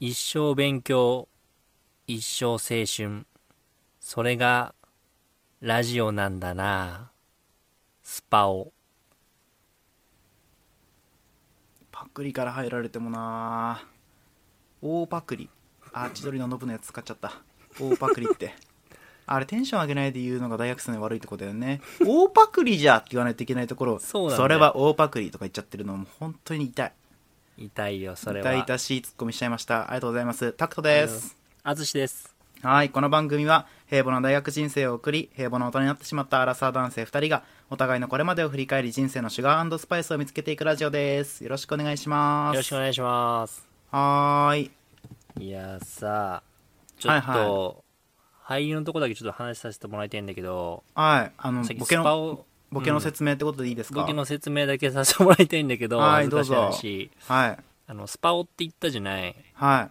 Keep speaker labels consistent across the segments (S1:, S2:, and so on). S1: 一生勉強、一生青春。それが、ラジオなんだなスパオ。
S2: パクリから入られてもな大パクリあ千鳥のノブのやつ使っちゃった大パクリって あれテンション上げないで言うのが大学生の悪いとこだよね大パクリじゃって言わないといけないところを
S1: そうなんだよ
S2: れは大パクリとか言っちゃってるのも本当に痛い
S1: 痛いよ、それ
S2: 痛
S1: は。
S2: 々しいツッコミしちゃいましたありがとうございますタクトです
S1: あずしです。
S2: はいこの番組は平凡な大学人生を送り平凡な大人になってしまったアラサー男性2人がお互いのこれまでを振り返り人生のシュガースパイスを見つけていくラジオですよろしくお願いしま
S1: よ
S2: す
S1: ろしくお願いします。
S2: はーい
S1: いやさ、ちょっと、
S2: は
S1: 俳
S2: い
S1: 優のとこだけちょっと話させてもらいたいんだけど、
S2: はい、あの
S1: さっき
S2: ボ
S1: ス
S2: ケ
S1: パ
S2: の
S1: オ、
S2: ボケの説明ってことでいいですか、
S1: ボケの説明だけさせてもらいたいんだけど、
S2: はい
S1: 恥ずかしい
S2: どうぞ
S1: 話。
S2: はい
S1: あの、スパオって言ったじゃない。
S2: はい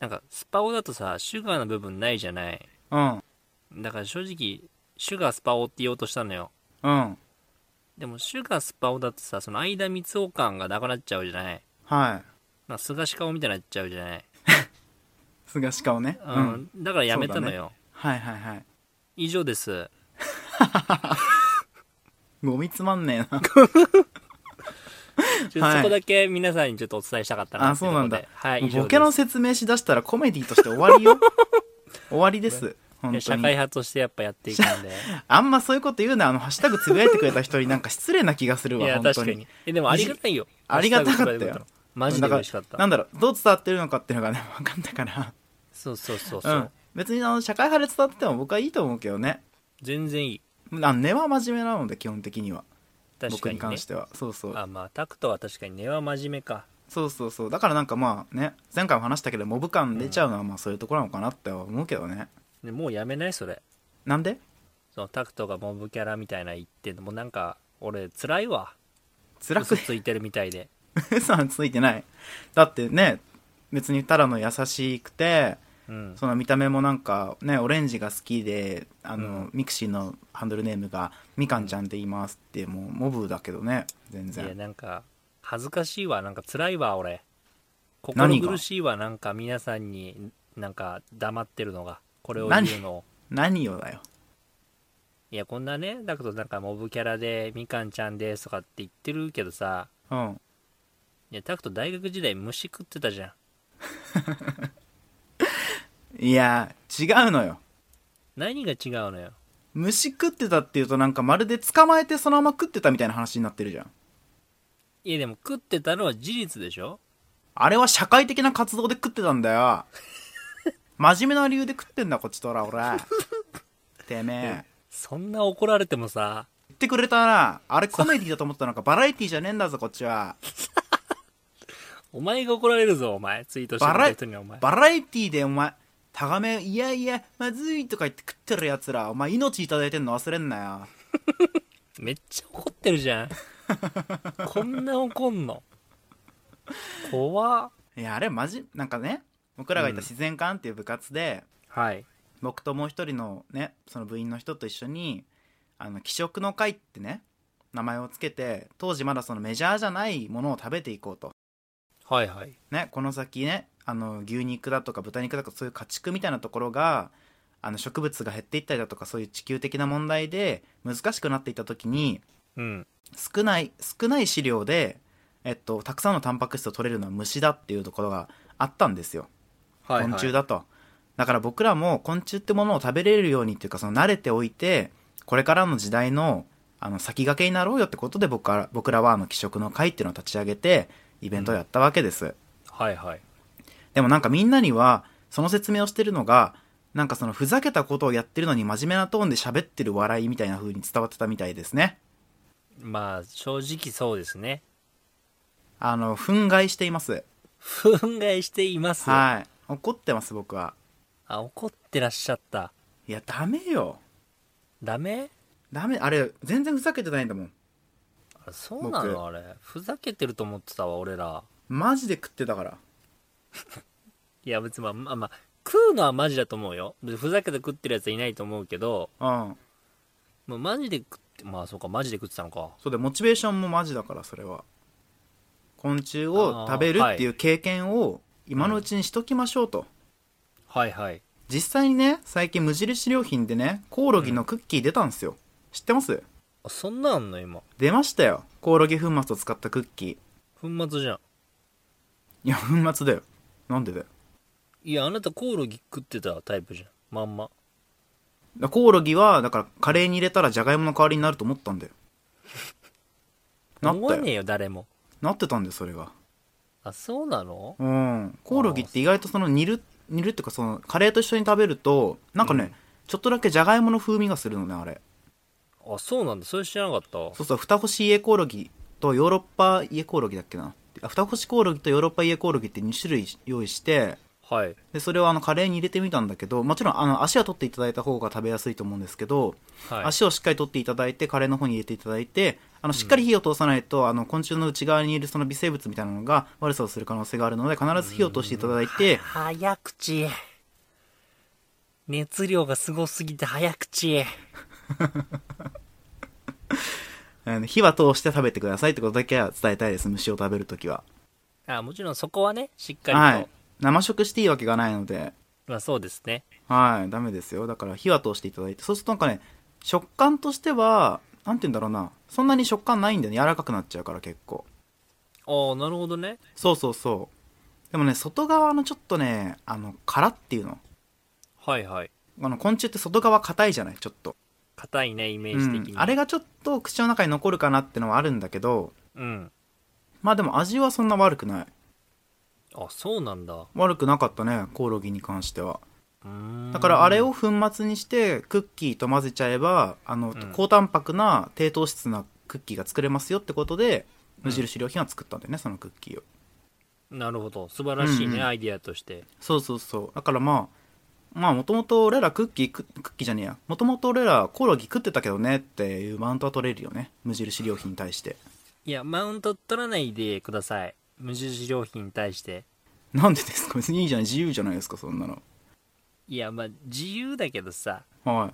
S1: なんか、スパオだとさ、シュガーの部分ないじゃない。
S2: うん
S1: だから正直、シュガースパオって言おうとしたのよ。
S2: うん
S1: でも、シュガースパオだとさ、その間三つ感がなくなっちゃうじゃない。
S2: は
S1: まあ、菅氏顔みたいになっちゃうじゃない。
S2: い菅氏顔ねう、
S1: うんん。だからやめたのよ。
S2: はいはいはい
S1: 以上です。
S2: ゴミつまんねえな
S1: ちょ
S2: はい
S1: そこだけ皆さんにちょっとお伝えしたかったな
S2: あそうなんだ
S1: っていことではい、
S2: も
S1: 以
S2: う
S1: 上です。
S2: ボケの説明しだしたらコメディとして終わ りよ終わりです本
S1: いや
S2: 当
S1: 社会
S2: に
S1: 派としてやっぱやっていくんで。
S2: あんまそういうこと言うなあのハッシュタグつぶやいてくれた人になんか失礼な気がする
S1: い
S2: わ
S1: や、
S2: 本
S1: 確か
S2: 当
S1: に
S2: に。
S1: え、でもありがたいよ。
S2: ありがたかった
S1: ハッ
S2: よ
S1: シュタグとでマジで嬉しかっ
S2: な
S1: た。
S2: んだろうどう伝わってるのかっていうのがね 分かんだから
S1: そうそうそう
S2: う
S1: そ
S2: ん
S1: う。
S2: 別にあの社会派で伝わってても僕はいいと思うけどね
S1: 全然いい。
S2: あ根は真面目なので基本的には
S1: 確
S2: 僕
S1: か
S2: に
S1: にね
S2: 関し。てはそうそう
S1: あ、まあ、タクトは確かに根は真面目か。
S2: そうそうそうだからなんかまあね前回も話したけどモブ感出ちゃうのはまあそういうところなのかなって思うけどね
S1: ねもうやめないそれ。
S2: なんで
S1: そのタクトがモブキャラみたいな言ってんのもうなんか、俺、辛いわ。
S2: 辛く
S1: 嘘ついてるみたいで。
S2: 嘘はついてないだってね別にただの優しくて
S1: うん。
S2: その見た目もなんかねオレンジが好きであの、
S1: うん
S2: ミクシーのハンドルネームがみかんちゃんって言いますってもうモブだけどね全
S1: いや、
S2: 然
S1: なんか、恥ずかしいわ。なんか辛いわ、俺。心
S2: 何が
S1: 苦しいわ。なんか皆さんに、なんか黙ってるのが。これを言うのを。
S2: 何よだよ
S1: いや、こんなね、だけどなんかモブキャラで、みかんちゃんですとかって言ってるけどさ、
S2: うん
S1: いや、タクト大学時代虫食ってたじゃん。
S2: いや違うのよ
S1: 何が違うのよ。
S2: 虫食ってたっていうとなんかまるで捕まえてそのまま食ってたみたいな話になってるじゃん
S1: いや、でも食ってたのは事実でしょ
S2: あれは社会的な活動で食ってたんだよ。真面目な理由で食ってんだ、こっちとら、俺。てめえ。
S1: そんな怒られてもさ、
S2: 言ってくれたな。あれコメディだと思ったのか、バラエティじゃねえんだぞ、こっちは。
S1: お前が怒られるぞ、お前。ツイートしてくれた人にはお前。
S2: バラエティでお前、タガメ、いやいや、まずいとか言って食ってる奴ら、お前命いただいてんの忘れんなよ。
S1: めっちゃ怒ってるじゃん。 こんな怒んの。怖っ
S2: いや、あれマジ、なんかね、僕らがいた自然館っていう部活で、
S1: はい。
S2: 僕ともう一人のねその部員の人と一緒にあの気食の会ってね名前をつけて当時まだそのメジャーじゃないものを食べていこうと
S1: はいはい。
S2: ねこの先ねあの牛肉だとか豚肉だとかそういう家畜みたいなところがあの植物が減っていったりだとかそういう地球的な問題で難しくなっていった時に
S1: うん。
S2: 少ない少ない飼料で、えっと、たくさんのタンパク質を取れるのは虫だっていうところがあったんですよ
S1: はい、はい。
S2: 昆虫だと、だから僕らも昆虫ってものを食べれるようにっていうかその慣れておいてこれからの時代のあの先駆けになろうよってことで僕ら僕らはあの気食の会っていうのを立ち上げてイベントをやったわけです、
S1: はいはい。
S2: でもなんかみんなにはその説明をしてるのがなんかそのふざけたことをやってるのに真面目なトーンで喋ってる笑いみたいな風に伝わってたみたいですね
S1: まあ、正直そうですね。
S2: あの憤慨しています
S1: 憤慨しています。
S2: はい怒ってます僕は
S1: あ、怒ってらっしゃった。
S2: いやダメよ
S1: ダメ
S2: ダメあれ全然ふざけてないんだもん
S1: あれそうなの
S2: 僕
S1: あれ。ふざけてると思ってたわ、俺ら。
S2: マジで食ってたから
S1: いや、別にまあ、まあ、まあ、食うのはマジだと思うよ。ふざけて食ってるやつはいないと思うけど、
S2: うん
S1: まあ、マジで食って、まあそうか、マジで食ってたのか。
S2: そうでモチベーションもマジだからそれは昆虫を食べるっていう経験を今のうちにしときましょうと、
S1: はいはい
S2: 実際にね最近無印良品でねコオロギのクッキー出たんですよ、知ってます
S1: あそんなんあんの今
S2: 出ましたよコオロギ粉末を使ったクッキー
S1: 粉末じゃん
S2: いや粉末だよなんでだよ
S1: いやあなたコオロギ食ってたタイプじゃんまんま
S2: だコオロギはだからカレーに入れたらじゃがいもの代わりになると思ったんだよな
S1: 思
S2: った
S1: わね
S2: よ
S1: えよ誰も
S2: なってたんだよそれが
S1: あそうなの
S2: うんコオロギって意外とその煮る煮るっていうかそのカレーと一緒に食べるとなんかね、
S1: うん
S2: ちょっとだけじゃがいもの風味がするのねあれ
S1: あそうなんだそれ知らなかったわ
S2: そうそう双星家コオロギとヨーロッパ家コオロギだっけなあ双星コオロギとヨーロッパ家コオロギって2種類用意して
S1: はい
S2: でそれをあのカレーに入れてみたんだけどもちろんあの足は取っていただいた方が食べやすいと思うんですけど、
S1: はい
S2: 足をしっかり取っていただいてカレーの方に入れていただいてあのしっかり火を通さないと、あの昆虫の内側にいるその微生物みたいなのが悪さをする可能性があるので必ず火を通していただいて
S1: 早口熱量がすごすぎて早口
S2: あの火は通して食べてくださいってことだけは伝えたいです虫を食べるときは、
S1: あもちろんそこはねしっかりと、
S2: はい、生食していいわけがないので
S1: まあそうですね
S2: はいダメですよだから火は通していただいてそうするとなんかね食感としてはなんて言うんだろうなそんなに食感ないんだよね柔らかくなっちゃうから結構
S1: ああなるほどね
S2: そうそうそうでもね外側のちょっとねあの殻っていうの
S1: はいはい
S2: あの昆虫って外側硬いじゃないちょっと、
S1: 硬いねイメー
S2: う
S1: ジ的に、
S2: んあれがちょっと口の中に残るかなってのはあるんだけど
S1: うん
S2: まあでも味はそんな悪くない
S1: あそうなんだう
S2: 悪くなかったねコオロギに関しては
S1: ーん
S2: だからあれを粉末にしてクッキーと混ぜちゃえばあの、
S1: ん
S2: 高タンパクな低糖質なクッキーが作れますよってことで無印良品は作ったんだよね、そのクッキーを
S1: なるほど素晴らしいね、
S2: うんうん
S1: アイディアとして
S2: そうそうそうだからまあまあもともと俺らクッキーククッキーじゃねえやもともと俺らコオロギ食ってたけどねっていうマウントは取れるよね無印良品に対 して
S1: いやマウント取らないでください無印良品に対して
S2: なんでですか別にいいじゃない自由じゃないですかそんなの
S1: いやまあ自由だけどさ
S2: は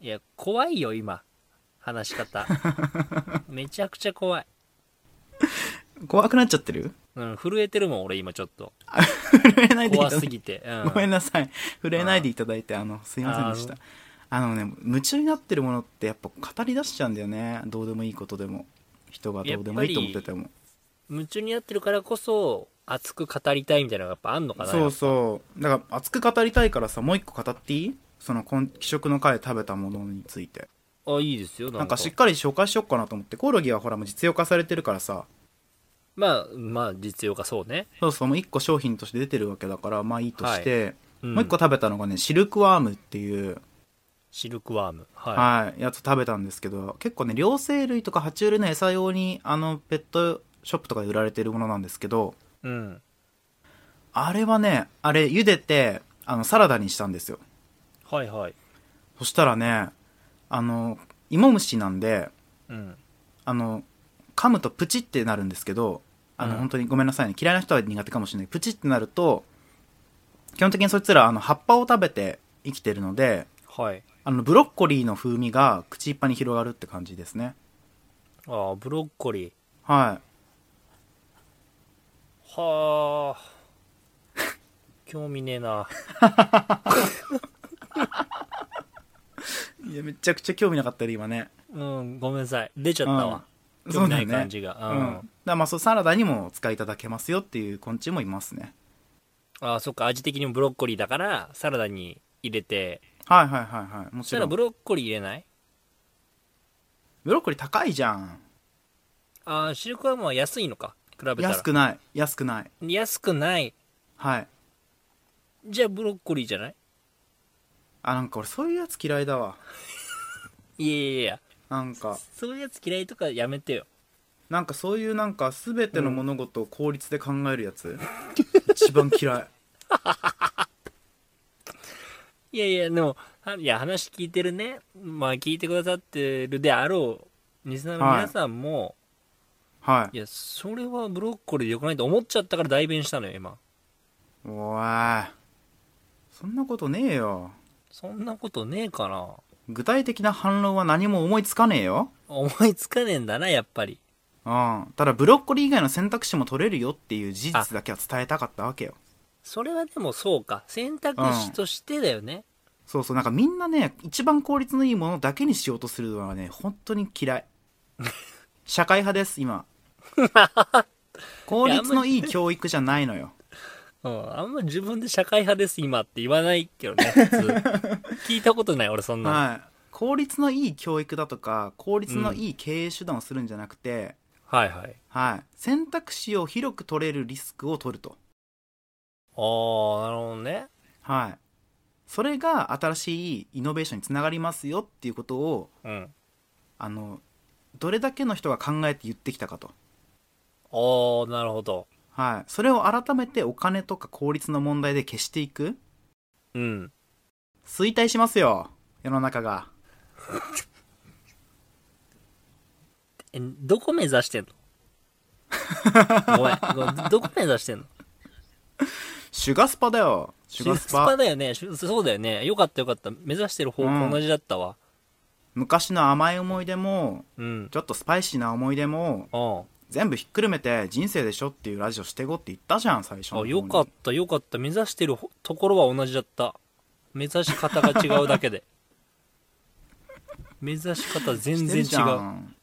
S2: い
S1: いや怖いよ今話し 方めちゃくちゃ怖い、
S2: 怖くなっちゃってる
S1: うん、震えてるもん俺今ちょっ と
S2: 震えないでいた
S1: 怖
S2: だ
S1: す
S2: いて
S1: ぎて、う
S2: ごめん
S1: ん、
S2: なさい震えないでいただいてあのすいませんでしたあのね夢中になってるものってやっぱ語り出しちゃうんだよねどうでもいいことでも人がどうでもいいと思ってても
S1: 夢中になってるからこそ熱く語りたいみたいなのがやっぱあんのかな
S2: そうそうだから熱く語りたいからさもう一個語っていいその今気色の会で食べたものについて
S1: あいいですよなんか
S2: なんかしっかり紹介しよっかなと思ってコオロギはほらもう実用化されてるからさ
S1: まあまあ実用化そうね、
S2: そうそうもう一個商品として出てるわけだからまあいいとして、
S1: うん
S2: もう一個食べたのがねシルクワームっていう、
S1: シルクワームはい、
S2: はい、やつ食べたんですけど結構ね両生類とか爬虫類の餌用にあのペットショップとかで売られてるものなんですけど
S1: うん
S2: あれはねあれ茹でてあのサラダにしたんですよ
S1: はいはい
S2: そしたらねあの芋虫なんで
S1: うん
S2: あの噛むとプチってなるんですけどあの、
S1: うん
S2: 本当にごめんなさいね嫌いな人は苦手かもしれないプチってなると基本的にそいつらあの葉っぱを食べて生きてるので
S1: はい
S2: あのブロッコリーの風味が口いっぱいに広がるって感じですね
S1: ああブロッコリー
S2: はい
S1: はあ興味ねえない
S2: や、めちゃくちゃ興味なかったよ、今ね。
S1: うんごめんなさい出ちゃったわ、興味ない感じが
S2: そうだよねうん。だからまあ、そう、サラダにもお使いいただけますよっていう昆虫もいますね。
S1: ああそっか味的にもブロッコリーだからサラダに入れて
S2: はいはいはいはい。も
S1: そし
S2: ち
S1: た
S2: ろ
S1: ら
S2: ん。
S1: ブ
S2: ブ
S1: ロッコリー入れない
S2: ロッコリー高いじゃん。
S1: ああシルクワームは安いのか比べたら
S2: 安くない。安くない。
S1: 安くない
S2: はい。
S1: じゃあブロッコリーじゃない
S2: あ、なんか俺そういうやつ嫌いだわ。
S1: いやいやいや
S2: なんか、
S1: そういうやつ嫌いとかやめてよ
S2: なんかそういうなんか全ての物事を効率で考えるやつ。一番 嫌い。
S1: いやいやでもはいや話聞いてるねまあ聞いてくださってるであろうリスナーの皆さんも、
S2: はい
S1: い、。やそれはブロッコリーでよくないと思っちゃったから代弁したのよ今
S2: おい。そんなことねえよ。
S1: そんなことねえかな
S2: 具体的な反論は何も思いつかねえよ。
S1: 思いつかねえんだなやっぱり
S2: うん、ただブロッコリー以外の選択肢も取れるよっていう事実だけは伝えたかったわけよ
S1: それはでもそうか。選択肢としてだよね。
S2: そうそうなんかみんなね一番効率のいいものだけにしようとするのはね本当に嫌い社会派です今効率のいい教育じゃないのよ
S1: うん。あんま自分で社会派です、今って言わないけどね、 普通。聞いたことない、俺そんなの。
S2: はい効率のいい教育だとか効率のいい経営手段をするんじゃなくて、
S1: はいはい。
S2: はい選択肢を広く取れるリスクを取ると
S1: あー、なるほどね。
S2: はいそれが新しいイノベーションにつながりますよっていうことを
S1: うん。
S2: あのどれだけの人が考えて言ってきたかと
S1: あー、なるほど。
S2: はい、それを改めてお金とか効率の問題で消していく
S1: うん。
S2: 衰退しますよ世の中が
S1: え、どこ目指してんのごめんごめん。どこ目指してんの
S2: シュガスパだよシュガスパ
S1: だよね。シュそうだよね。よかったよかった。目指してる方向同じだったわ。
S2: 昔の甘い思い出も
S1: うん。
S2: ちょっとスパイシーな思い出も
S1: あ
S2: 全部ひっくるめて人生でしょっていうラジオしてこって言ったじゃん最初
S1: あ。
S2: の
S1: あ、
S2: 方に
S1: よかったよかった。目指してるほところは同じだった。目指し方が違うだけで。 目指し方全
S2: して
S1: 然
S2: るじゃ
S1: 違う。
S2: ん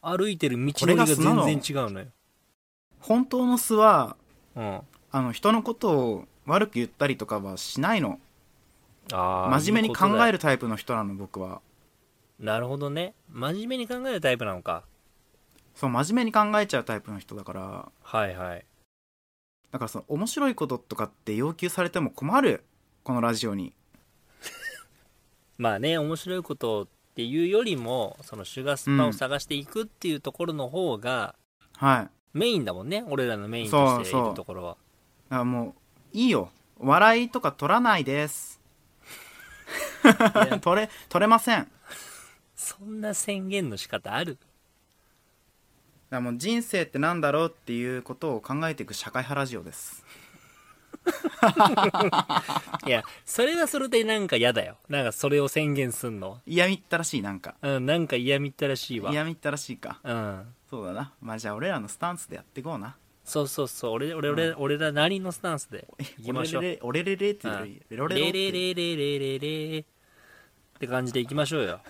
S1: 歩いてる道のりが全然違うのよ。
S2: 本当の素は
S1: うん。あ
S2: あの人のことを悪く言ったりとかはしないの
S1: あー。
S2: 真面目に考え
S1: る。
S2: るタイプの人なの僕は
S1: なるほどね。真面目に考えるタイプなのか。
S2: そう真面目に考えちゃうタイプの人だから
S1: はいはい。
S2: だからその面白いこととかって要求されても困るこのラジオに
S1: まあね、面白いことっていうよりも、そのシュガースパを探していくっていうところの方が、
S2: はいだか
S1: メインだもんね俺らのメインとしてい
S2: そうそう
S1: るところは
S2: らもういいよ笑いとか取らないです
S1: いや
S2: 取れ取れませんだか
S1: そんな宣言の仕方ある
S2: らもう人生ってなんだろうっていうことを考えていく社会派ラジオです
S1: いやそれはそれでなんか嫌だよなんかそれを宣言すんの
S2: 嫌みったらしいなんか
S1: うんなんか嫌みったらしいわ
S2: 嫌みったらしいか
S1: うん
S2: そうだなまあじゃあ俺らのスタンスでやっていこうな
S1: そうそうそう俺俺俺,、俺らなりのスタンスでいきましょう
S2: 俺れれ俺れれって
S1: う
S2: 言うんよ
S1: レ
S2: りレロレロ
S1: レ
S2: って
S1: レ
S2: いう
S1: レレレレレって感じでいきましょうよ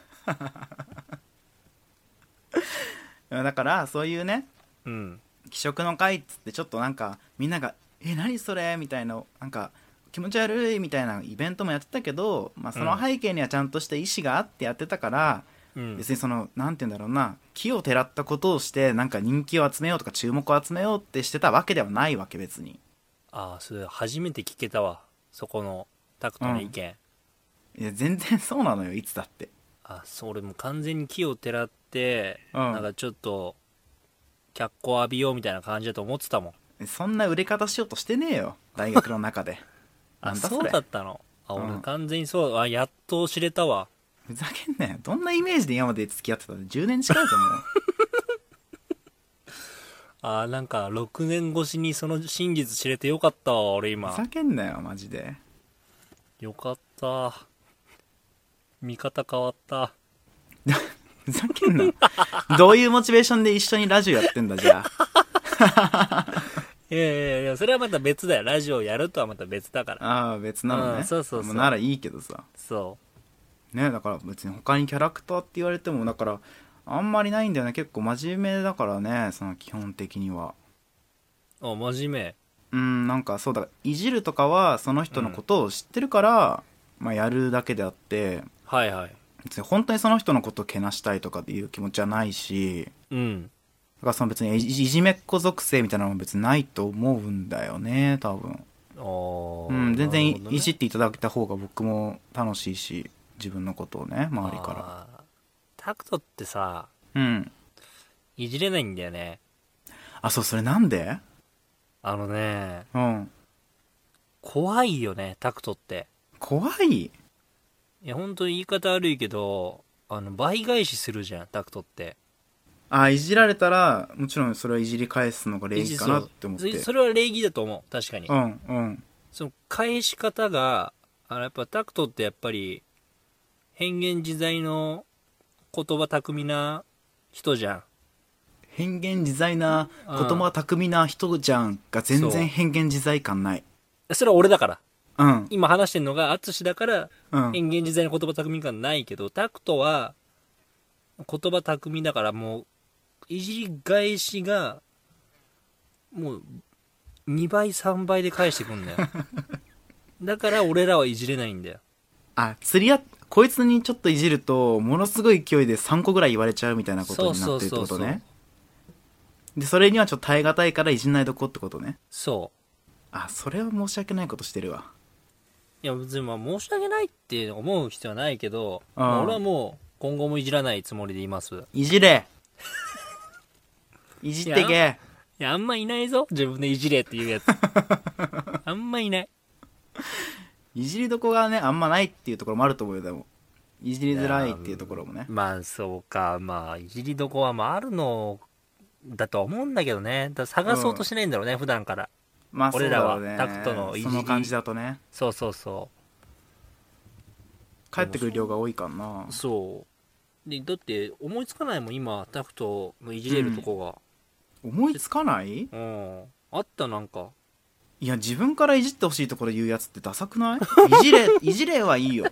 S2: うんだからそういうね
S1: うん
S2: 気色の会っつってちょっとなんかみんなが「え何それ?」みたいななんか気持ち悪いみたいなイベントもやってたけど、まあ、その背景にはちゃんとした意思があってやってたから、
S1: うん
S2: 別にそのなんて言うんだろうな木をてらったことをしてなんか人気を集めようとか注目を集めようってしてたわけではないわけ別に
S1: ああそれ初めて聞けたわそこのタクトの意見、
S2: いや全然そうなのよいつだって
S1: あそう俺もう完全に木をてらって、
S2: うん
S1: なんかちょっと脚光浴びようみたいな感じだと思ってたもん
S2: そんな売れ方しようとしてねえよ大学の中でな
S1: あ
S2: ん
S1: そ
S2: だそうれ
S1: だったのあ
S2: うん
S1: 俺完全にそう、あやっと知れたわ
S2: ふざけんなよどんなイメージで今まで付き合ってたの10年近い と思う
S1: あなんか6年越しにその真実知れてよかったわ俺
S2: ふ
S1: 今
S2: ざけんなよマジで
S1: よかった見方変わった
S2: ふざけんなどういうモチベーションで一緒にラジオやってんだじゃあ
S1: いやいやいやそれはまた別だよラジオやるとはまた別だから
S2: ああ別なのね、
S1: うんそうそうそう
S2: もならいいけどさ
S1: そ
S2: ねだから別に他にキャラクターって言われてもだからあんまりないんだよね結構真面目だからねその基本的には
S1: うあ真面目
S2: うんなんかそうだいじるとかはその人のことを知ってるから、まあやるだけであって
S1: はいはい
S2: 別に本当にその人のことをけなしたいとかっていう気持ちはないし
S1: うん
S2: だからその別にいじいじめっ子属性みたいなのも別にないと思うんだよね多分
S1: あー
S2: うん、全然,、
S1: ないるほどね
S2: じっていただけた方が僕も楽しいし自分のことをね周りか
S1: あータクトってさ
S2: らうん
S1: いじれないんだよね
S2: あそうそれなんで
S1: あのね
S2: うん
S1: 怖いよねタクトって
S2: 怖い
S1: いや本当に言い方悪いけどあの倍返しするじゃんタクトって
S2: あいじられたらもちろんそれはいじり返すのが礼儀かなって思って
S1: いじそうそれは礼儀だと思う確かに、
S2: うんうん
S1: その返し方があのやっぱタクトってやっぱり変幻自在の言葉巧みな人じゃん
S2: 変幻自在な言葉巧みな人じゃんが全
S1: そう
S2: 然変幻自在感ない
S1: それは俺だから。
S2: うん
S1: 今話してるのが、淳だから、
S2: うん
S1: 変幻自在の言葉巧み感ないけど、タクトは、言葉巧みだからもう、いじり返しが、もう、2倍、3倍で返してくん だよ。だから俺らはいじれないんだよ。
S2: あ釣りやこいつにちょっといじるとものすごい勢いで3個ぐらい言われちゃうみたいなことになってるって
S1: そうそ
S2: こ
S1: うそ
S2: と
S1: うそう
S2: ねでそれにはちょっと耐え難いからいじんないとこってことね
S1: そ
S2: あそれは申し訳ないことしてるわ
S1: う。いや、別にまあ申し訳ないって思う必要はないけど、
S2: うん
S1: まあ俺はもう、今後もいじらないつもりでいます。い
S2: い じれいじって
S1: い
S2: け
S1: や、あんまいないぞ。自分でいじれって言う やつ。あんまいない。
S2: いじりどこがねあんまないっていうところもあると思うよでもいじりづらいっていうところもね
S1: まあそうかまあいじりどこはまああるのだと思うんだけどねだ探そうとしないんだろうね、普段から
S2: まあそうだろう
S1: 俺
S2: ね
S1: らはタクトのいじり
S2: その感じだとね
S1: そうそうそ
S2: 帰ってくる量が多いかな
S1: うそうでだって思いつかないもん今タクトのいじれるとこ
S2: 思いつかない
S1: がうん、あったなんか
S2: いや自分からいじってほしいところ言うやつってダサ くないいじれいじれはいいよ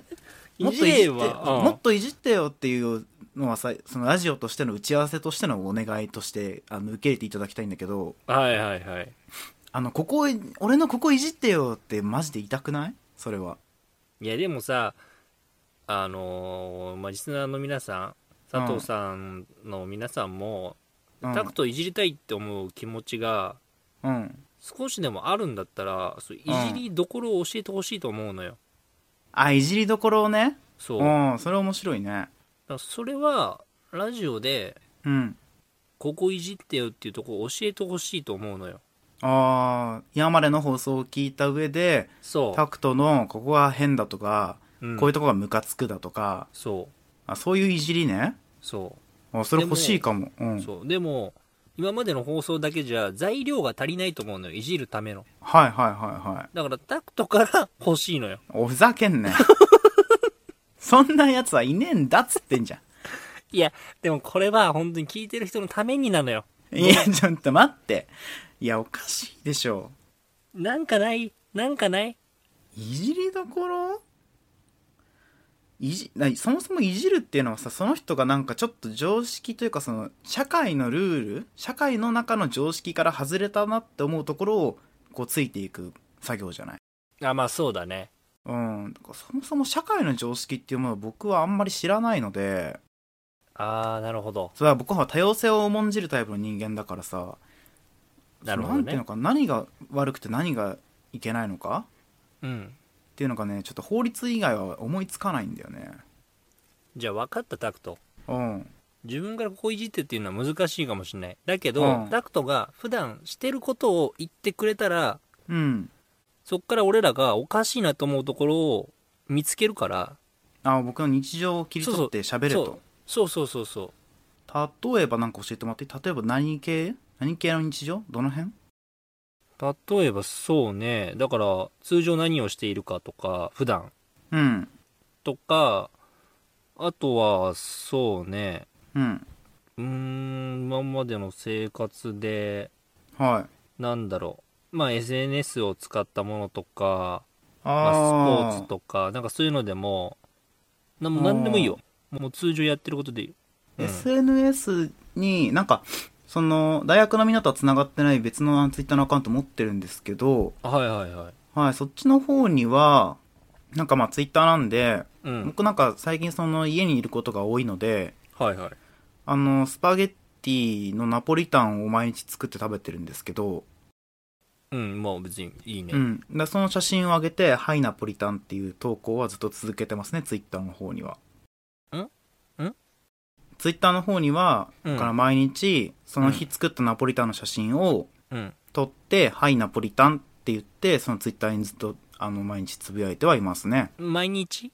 S2: もっといじって
S1: れは、うん
S2: もっといじってよっていうのはさそのラジオとしての打ち合わせとしてのお願いとしてあの受け入れていただきたいんだけど
S1: はいはいはい
S2: あのここ俺のここいじってよってマジで痛くないそれはい
S1: やでもさあのーまあ、リスナーの皆さん佐藤さんの皆さんも、
S2: うん
S1: タクトいじりたいって思う気持ちが
S2: うん
S1: 少しでもあるんだったらそういじりどころを教えてほしいと思うのよ、
S2: あいじりどころをね
S1: そううだか
S2: んそれ面白いね
S1: らそれはラジオで
S2: うん
S1: ここいじってよっていうとこを教えてほしいと思うのよ
S2: ああ今までの放送を聞いた上で
S1: そ
S2: タクトのここが変だとか、
S1: う、うん
S2: こういうとこがムカつくだとか
S1: そう
S2: あそういういじりね
S1: そ
S2: あそれ欲しいかもう
S1: うんそうでも今までの放送だけじゃ材料が足りないと思うのよいじるための
S2: はいはいはいはい
S1: だからタクトから 欲しいのよ
S2: おふざ けんねそんなやつはいねえんだっつってんじゃ
S1: いやでもこれは本当に聞いてる人のためになのよ
S2: んいやちょっと待っていやおかしいでしょ
S1: なんかないなんかない
S2: いじりどころいじなそもそもいじるっていうのはさその人がなんかちょっと常識というかその社会のルール社会の中の常識から外れたなって思うところをこうついていく作業じゃない
S1: あまあそうだね
S2: うんだからそもそも社会の常識っていうものを僕はあんまり知らないので
S1: ああなるほど
S2: それは僕は多様性を重んじるタイプの人間だからさ
S1: なるほ
S2: その
S1: ど
S2: んていう
S1: ね
S2: のか何が悪くて何がいけないのか
S1: うん
S2: っていうのがねちょっと法律以外は思いつかないんだよね
S1: じゃあ分かったタクト
S2: うん
S1: 自分からここいじってっていうのは難しいかもしれないだけど、
S2: うん
S1: タクトが普段してることを言ってくれたら
S2: うん
S1: そっから俺らがおかしいなと思うところを見つけるから
S2: あ僕の日常を切り取って喋れと
S1: そうそうそうそうそう
S2: 例えば何か教えてもらって例えば何系何系の日常どの辺
S1: 例えばそうねだから通常何をしているかとか普段
S2: うん
S1: とかあとはそうね
S2: うん
S1: うーん今までの生活で
S2: はい
S1: なんだろうまあ SNS を使ったものとか
S2: あ
S1: まあ、
S2: ー、
S1: スポーツとかなんかそういうのでもなんも何でもいいよもう通常やってることでいい、うん
S2: SNS になんかその大学のみんなとはつながってない別のツイッターのアカウント持ってるんですけど、
S1: はいはいはい
S2: はい、そっちの方にはなんかまあツイッターなんで、
S1: うん
S2: 僕なんか最近その家にいることが多いので
S1: はいはい
S2: あのスパゲッティのナポリタンを毎日作って食べてるんですけど、
S1: うんまあ別にいいね、
S2: うん、でその写真を上げて「はいナポリタン」っていう投稿はずっと続けてますねツイッターの方には
S1: んん
S2: ツイッターの方には、
S1: うん
S2: だから毎日その日作ったナポリタンの写真を、
S1: うん、
S2: 撮って「はいナポリタン」って言ってそのツイッターにずっとあの毎日つぶやいてはいますね
S1: 毎日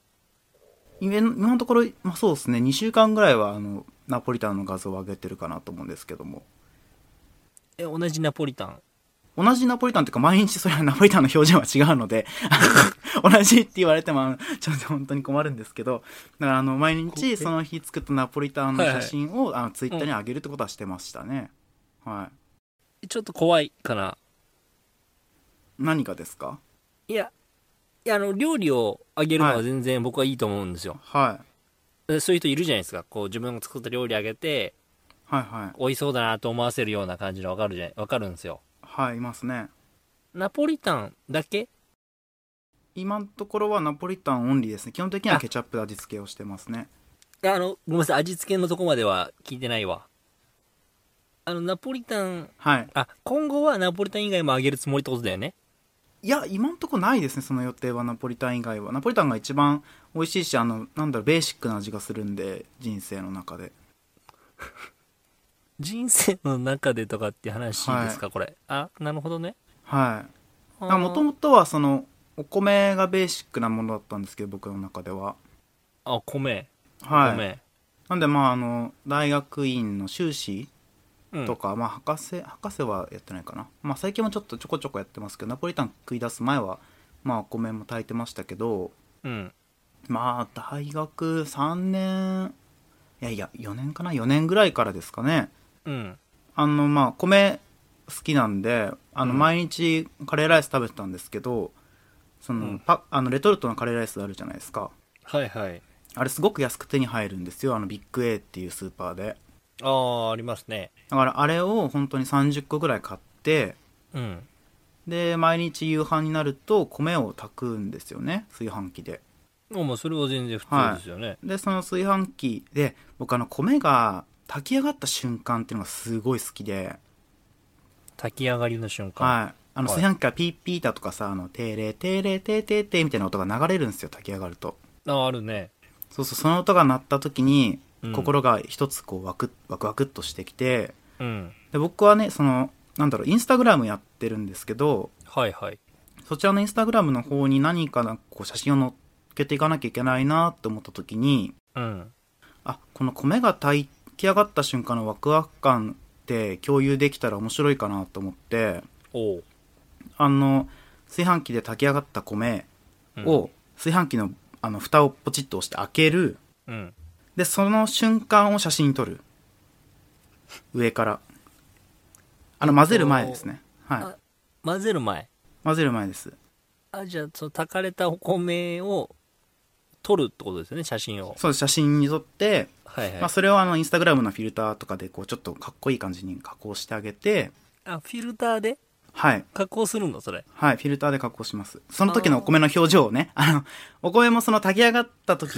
S2: 今の今のところ、まあ、そうですね2週間ぐらいはあのナポリタンの画像を上げてるかなと思うんですけども
S1: え同じナポリタン
S2: 同じナポリタンっていうか毎日それはナポリタンの表情は違うので 同じって言われてもあのちょっと本当に困るんですけどだからあの毎
S1: こうえ
S2: 日その日作ったナポリタンの写真を、あのツイッターに上げるってことはしてましたね、は。
S1: ちょっと怖いかない
S2: 何かですか
S1: いやいやあの料理をあげるの
S2: は
S1: はい全然僕はいいと思うんですよ、
S2: はい。
S1: でそういう人いるじゃないですかこう自分が作った料理あげて
S2: はいはい。
S1: 美味しそうだなと思わせるような感じの分かるじゃない分かるんですよ
S2: はい、いますね。
S1: ナポリタンだけ
S2: 今のところはナポリタンオンリーですね。基本的にはケチャップで味付けをしてますね。
S1: いやあのごめんなさい味付けのとこまでは聞いてないわあのナポリタン
S2: はい。
S1: あ今後はナポリタン以外もあげるつもりってことだよね
S2: いや、今のところないですね、その予定はナポリタン以外は。ナポリタンが一番美味しいし、あの、なんだろう、ベーシックな味がするんで、人生の中で。
S1: 人生の中でとかって話ですか、これあなるほどね
S2: はい。
S1: あー
S2: もともとはそのお米がベーシックなものだったんですけど僕の中では
S1: あ米
S2: はい
S1: 米、
S2: なんでまああの大学院の修士
S1: うん、
S2: とか、まあ博士博士はやってないかなまあ最近もちょっとちょこちょこやってますけどナポリタン食い出す前はまあお米も炊いてましたけど
S1: うん
S2: まあ大学3年いやいや4年かな4年ぐらいからですかね
S1: うん
S2: あのまあ米好きなんであの
S1: うん
S2: 毎日カレーライス食べてたんですけど、その
S1: うん
S2: パあのレトルトのカレーライスあるじゃないですか
S1: はいはい
S2: あれすごく安く手に入るんですよあのビッグ A っていうスーパーで
S1: ああありますね
S2: だからあれを本当に30個ぐらい買って
S1: うん
S2: で毎日夕飯になると米を炊くんですよね炊飯器で
S1: もうまあそれは全然普通ですよね、
S2: でその炊飯器で僕あの米が炊き上がった瞬間っていうのがすごい好きで
S1: 炊き上がりの瞬間、
S2: はいあの
S1: はい
S2: 炊飯器からピーピーだとかさあのテーレーテーレーテーテーテーみたいな音が流れるんですよ炊き上がると
S1: あああるね
S2: そうそうその音が鳴った時に
S1: うん
S2: 心が一つこうワクワクワクっとしてきて、
S1: うん
S2: で僕はねそのなんだろうインスタグラムやってるんですけど
S1: はいはい
S2: そちらのインスタグラムの方に何かなこう写真を載っけていかなきゃいけないなって思った時に
S1: うん
S2: あこの米が炊き上がった瞬間のワクワク感って共有できたら面白いかなと思って
S1: おう
S2: あの炊飯器で炊き上がった米
S1: うん
S2: を炊飯器のあの蓋をポチッと押して開ける
S1: うん
S2: でその瞬間を写真撮る上からあの混ぜる前ですねはい
S1: あ混ぜる前
S2: 混ぜる前です
S1: あじゃあその炊かれたお米を撮るってことですよね写真を
S2: そう写真に撮って、
S1: はいはい、
S2: まあ、それをあのインスタグラムのフィルターとかでこうちょっとかっこいい感じに加工してあげて
S1: あフィルターで
S2: はい
S1: 加工するのそれ
S2: はいフィルターで加工しますその時のお米の表情をねあのお米もその炊き上がった時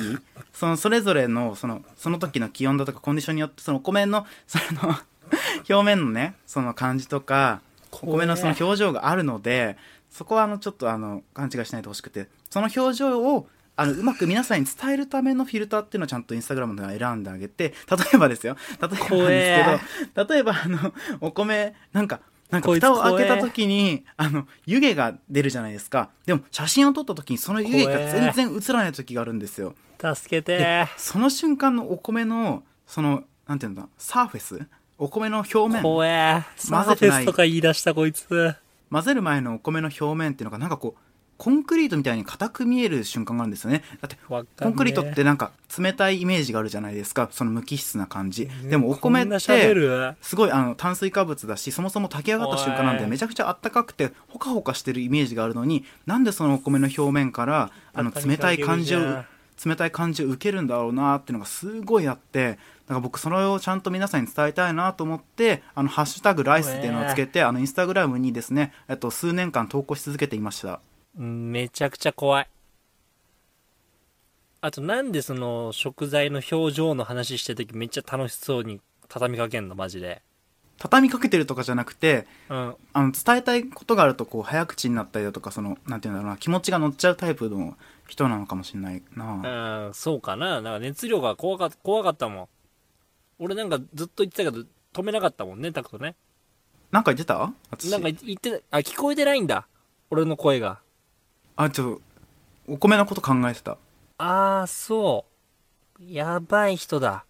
S2: そのそれぞれのそのその時の気温だとかコンディションによってそのお米のその 表面のねその感じとかお米のその表情があるのでそこはあのちょっとあの勘違いしないでほしくてその表情をあのうまく皆さんに伝えるためのフィルターっていうのをちゃんとインスタグラムで選んであげて例えばですよ例えば
S1: 怖
S2: なん
S1: え
S2: ですけど例えばあのお米なんかなんか
S1: こいつ
S2: 蓋を開けた
S1: 怖え
S2: 時にあの湯気が出るじゃないですかでも写真を撮った時にその湯気が全然映らない時があるんですよ
S1: 助けて
S2: その瞬間のお米のそのなんていうんだサーフェスお米の表面
S1: 怖えサ
S2: 混ぜ
S1: ー
S2: て
S1: フ
S2: な
S1: ェ
S2: い
S1: スとか言い出したこいつ
S2: 混ぜる前のお米の表面っていうのがなんかこうコンクリートみたいに硬く見える瞬間があるんですよねだって
S1: わかんねえ
S2: コンクリートってなんか冷たいイメージがあるじゃないですかその無機質な感じでもお米
S1: こんな
S2: っ
S1: 喋
S2: て
S1: る
S2: すごいあの炭水化物だしそもそも炊き上がった瞬間なん
S1: お
S2: で
S1: い
S2: めちゃくちゃあったかくてほかほかしてるイメージがあるのになんでそのお米の表面からあの冷たい感じを
S1: わかりかける
S2: 冷たい感じを受けるんだろうなっていうのがすごいあってだから僕それをちゃんと皆さんに伝えたいなと思って「あのハッシュタグライス」っていうのをつけてあのインスタグラムにですね、えっと、数年間投稿し続けていました
S1: うんめちゃくちゃ怖いあとなんでその食材の表情の話してる時めっちゃ楽しそうに畳みかけんのマジで
S2: 畳みかけてるとかじゃなくて
S1: うん
S2: あの伝えたいことがあるとこう早口になったりだとかそのなんていうんだろうな気持ちが乗っちゃうタイプの人なのかもしれないな、
S1: うんそうかななんか熱量が怖か怖かったもん俺なんかずっと言ってたけど止めなかったもんねタクトね
S2: なんか言ってた私
S1: なんか言ってたあ聞こえてないんだ俺の声が
S2: あちょっとお米のこと考えてた
S1: ああそうやばい人だ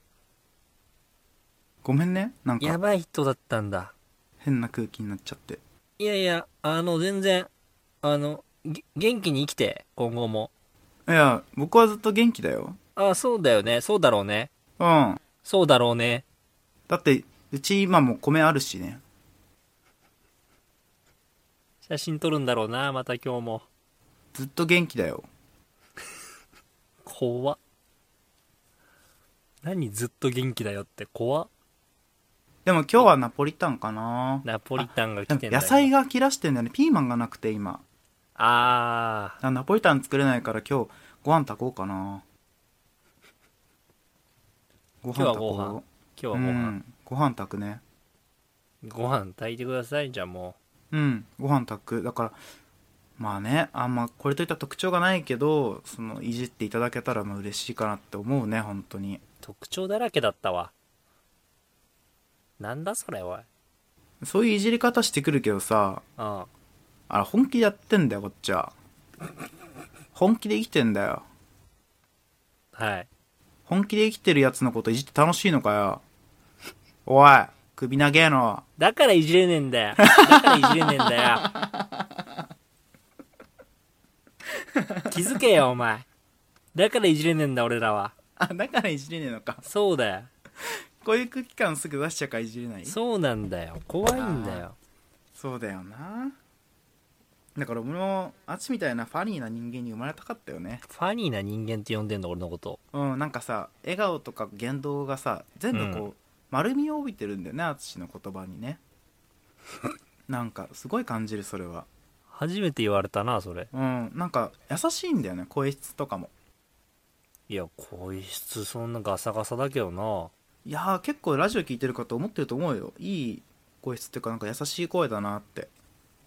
S2: ごめんねなん
S1: や
S2: か
S1: ばい人だったんだ
S2: 変な空気になっちゃって
S1: いやいやあの全然あのげ元気に生きて今後も
S2: いや僕はずっと元気だよ
S1: ああそうだよねそうだろうね
S2: うん
S1: そうだろうね
S2: だってうち今もう米あるしね
S1: 写真撮るんだろうな、また今日も。
S2: ずっと元気だよ
S1: 怖っ何ずっと元気だよって怖っ
S2: でも今日はナポリタンかな
S1: ナポリタンが来
S2: で
S1: てんだ
S2: も
S1: よ
S2: 野菜が切らしてんだよねピーマンがなくて今
S1: あ
S2: あナポリタン作れないから今日ご飯炊こうかな
S1: 今
S2: ご
S1: 日
S2: 飯
S1: は
S2: 炊
S1: ご飯
S2: こ
S1: ー今日は
S2: う
S1: ご
S2: う
S1: 飯、
S2: んご飯炊くね
S1: ご飯炊いてくださいじゃあも
S2: うんご飯炊くだからまあねあんまこれといった特徴がないけどそのいじっていただけたらまあ嬉しいかなって思うね本当に
S1: う特徴だらけだったわなんだそれおい
S2: そういういじり方してくるけどさ
S1: あ
S2: あれ本気でやってんだよこっちは本気で生きてんだよ
S1: あはい
S2: 本気で生きてるやつのこといじって楽しいのかよおい首投げの
S1: だからいじれねえんだよだからいじれねえんだよ気づけよお前だからいじれねえんだ俺らは
S2: あだからいじれねえのか
S1: そうだよ
S2: こういう空気感すぐ出しちゃうからいじれない
S1: そうなんだよ怖いんだよ
S2: そうだよなだから俺もあっちみたいなファニーな人間に生まれたかったよね
S1: ファニーな人間って呼んでんの俺のこと
S2: うんなんかさ笑顔とか言動がさ全部こう、丸みを帯びてるんだよね淳の言葉にねなんかすごい感じるそれは
S1: 初めて言われたなそれ
S2: うんなんか優しいんだよね声質とかも
S1: いや声質そんなガサガサだけどない
S2: やー結構ラジオ聞いてる方思ってると思うよいい声質っていうかなんか優しい声だなって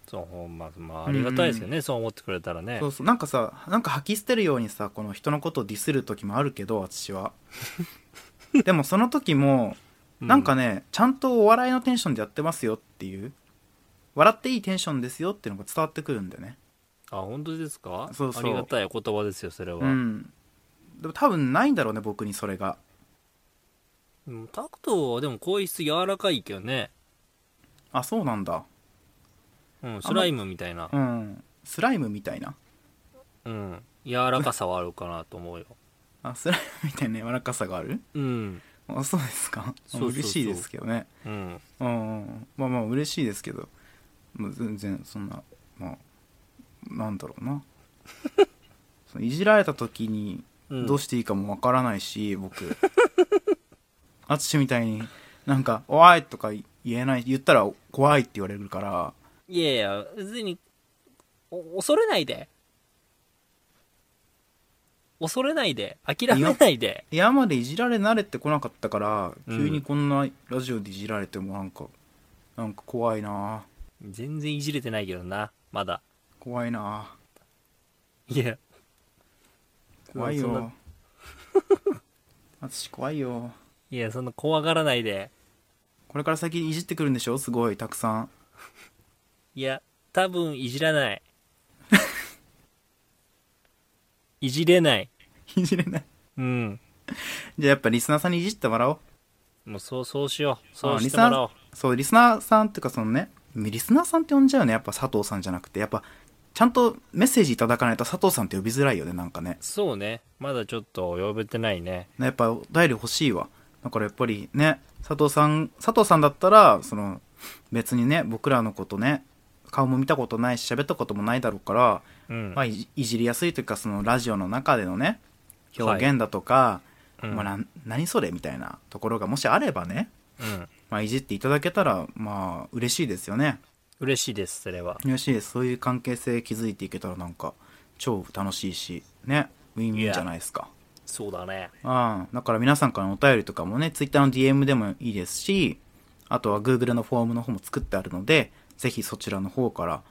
S1: そうほんま、まあ、ありがたいですよね、そう思ってくれたらね
S2: そうそうなんかさなんか吐き捨てるようにさこの人のことをディスる時もあるけど私はでもその時も
S1: う
S2: なんかね、ちゃんとお笑いのテンションでやってますよっていう笑っていいテンションですよっていうのが伝わってくるんだよね
S1: あ本当ですか
S2: そうそう
S1: ありがたいお言葉ですよそれは、
S2: うんでも多分ないんだろうね僕にそれが
S1: うんタクトはでも声質柔らかいけどね
S2: あそうなんだ
S1: うんスライムみたいな
S2: うんスライムみたいな
S1: うん柔らかさはあるかなと思 うよ
S2: あスライムみたいな柔らかさがある
S1: うん
S2: あそうですか
S1: そうそうそう
S2: 嬉しいですけどね
S1: うん
S2: うんうんまあまあ嬉しいですけど、まあ、全然そんなまあなんだろう なそのいじられた時に
S1: うん
S2: どうしていいかもわからないし、僕 淳みたいになんか「おい!」とか言えない言ったら怖いって言われるから
S1: いやいや別にお恐れないで恐れないで諦めないで
S2: 今までいじられ慣れてこなかったから
S1: うん
S2: 急にこんなラジオでいじられてもなんか、なんか怖いな
S1: 全然いじれてないけどなまだ
S2: 怖いない
S1: や
S2: 怖い
S1: そんな
S2: よ淳怖いよ
S1: いやそんな怖がらないで
S2: これから先いじってくるんでしょすごいたくさん
S1: いや多分いじらない いじれない
S2: いじれない
S1: うん
S2: じゃあやっぱリスナーさんにいじってもらおう
S1: もうそうそうしようそう
S2: あ
S1: してもらおう
S2: そうリスナーさんっていうかそのねリスナーさんって呼んじゃうねやっぱ佐藤さんじゃなくてやっぱちゃんとメッセージいただかないと佐藤さんって呼びづらいよねなんかね
S1: そうねまだちょっと呼べてないね
S2: やっぱお便り欲しいわだからやっぱりね佐藤さん佐藤さんだったらその別にね僕らのことね顔も見たことないし喋ったこともないだろうから、
S1: うん、
S2: まあ、いじいじりやすいというかそのラジオの中でのね表現だとか、
S1: うん
S2: まあ、なん何それみたいなところがもしあればね、
S1: うん
S2: まあ、いじっていただけたらまあ嬉しいですよね
S1: 嬉しいですそれは
S2: 嬉しいですそういう関係性築いていけたらなんか超楽しいしねウィンウィンじゃないですか
S1: そうだね
S2: うんだから皆さんからのお便りとかもね Twitter の DM でもいいですしあとは Google のフォームの方も作ってあるのでぜひそちらの方から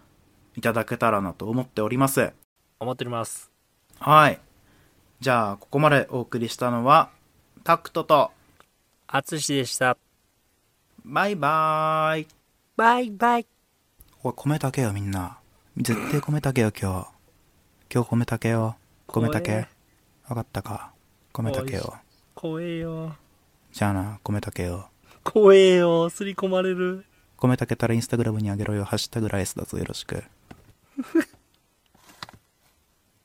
S2: いただけたらなと思っております
S1: 思っております
S2: はいじゃあここまでお送りしたのはタクトと
S1: あつしでした
S2: バイバーイ
S1: バイバイ
S2: おい米炊けよみんな絶対米炊けよ今日今日米炊けよ米炊
S1: 怖え
S2: け分かったか米炊け
S1: おいし
S2: よ
S1: 怖えよ
S2: じゃあな米炊けよ
S1: 怖えよ刷り込まれる
S2: 米炊けたらインスタグラムにあげろよハッシュタグライスだぞよろしく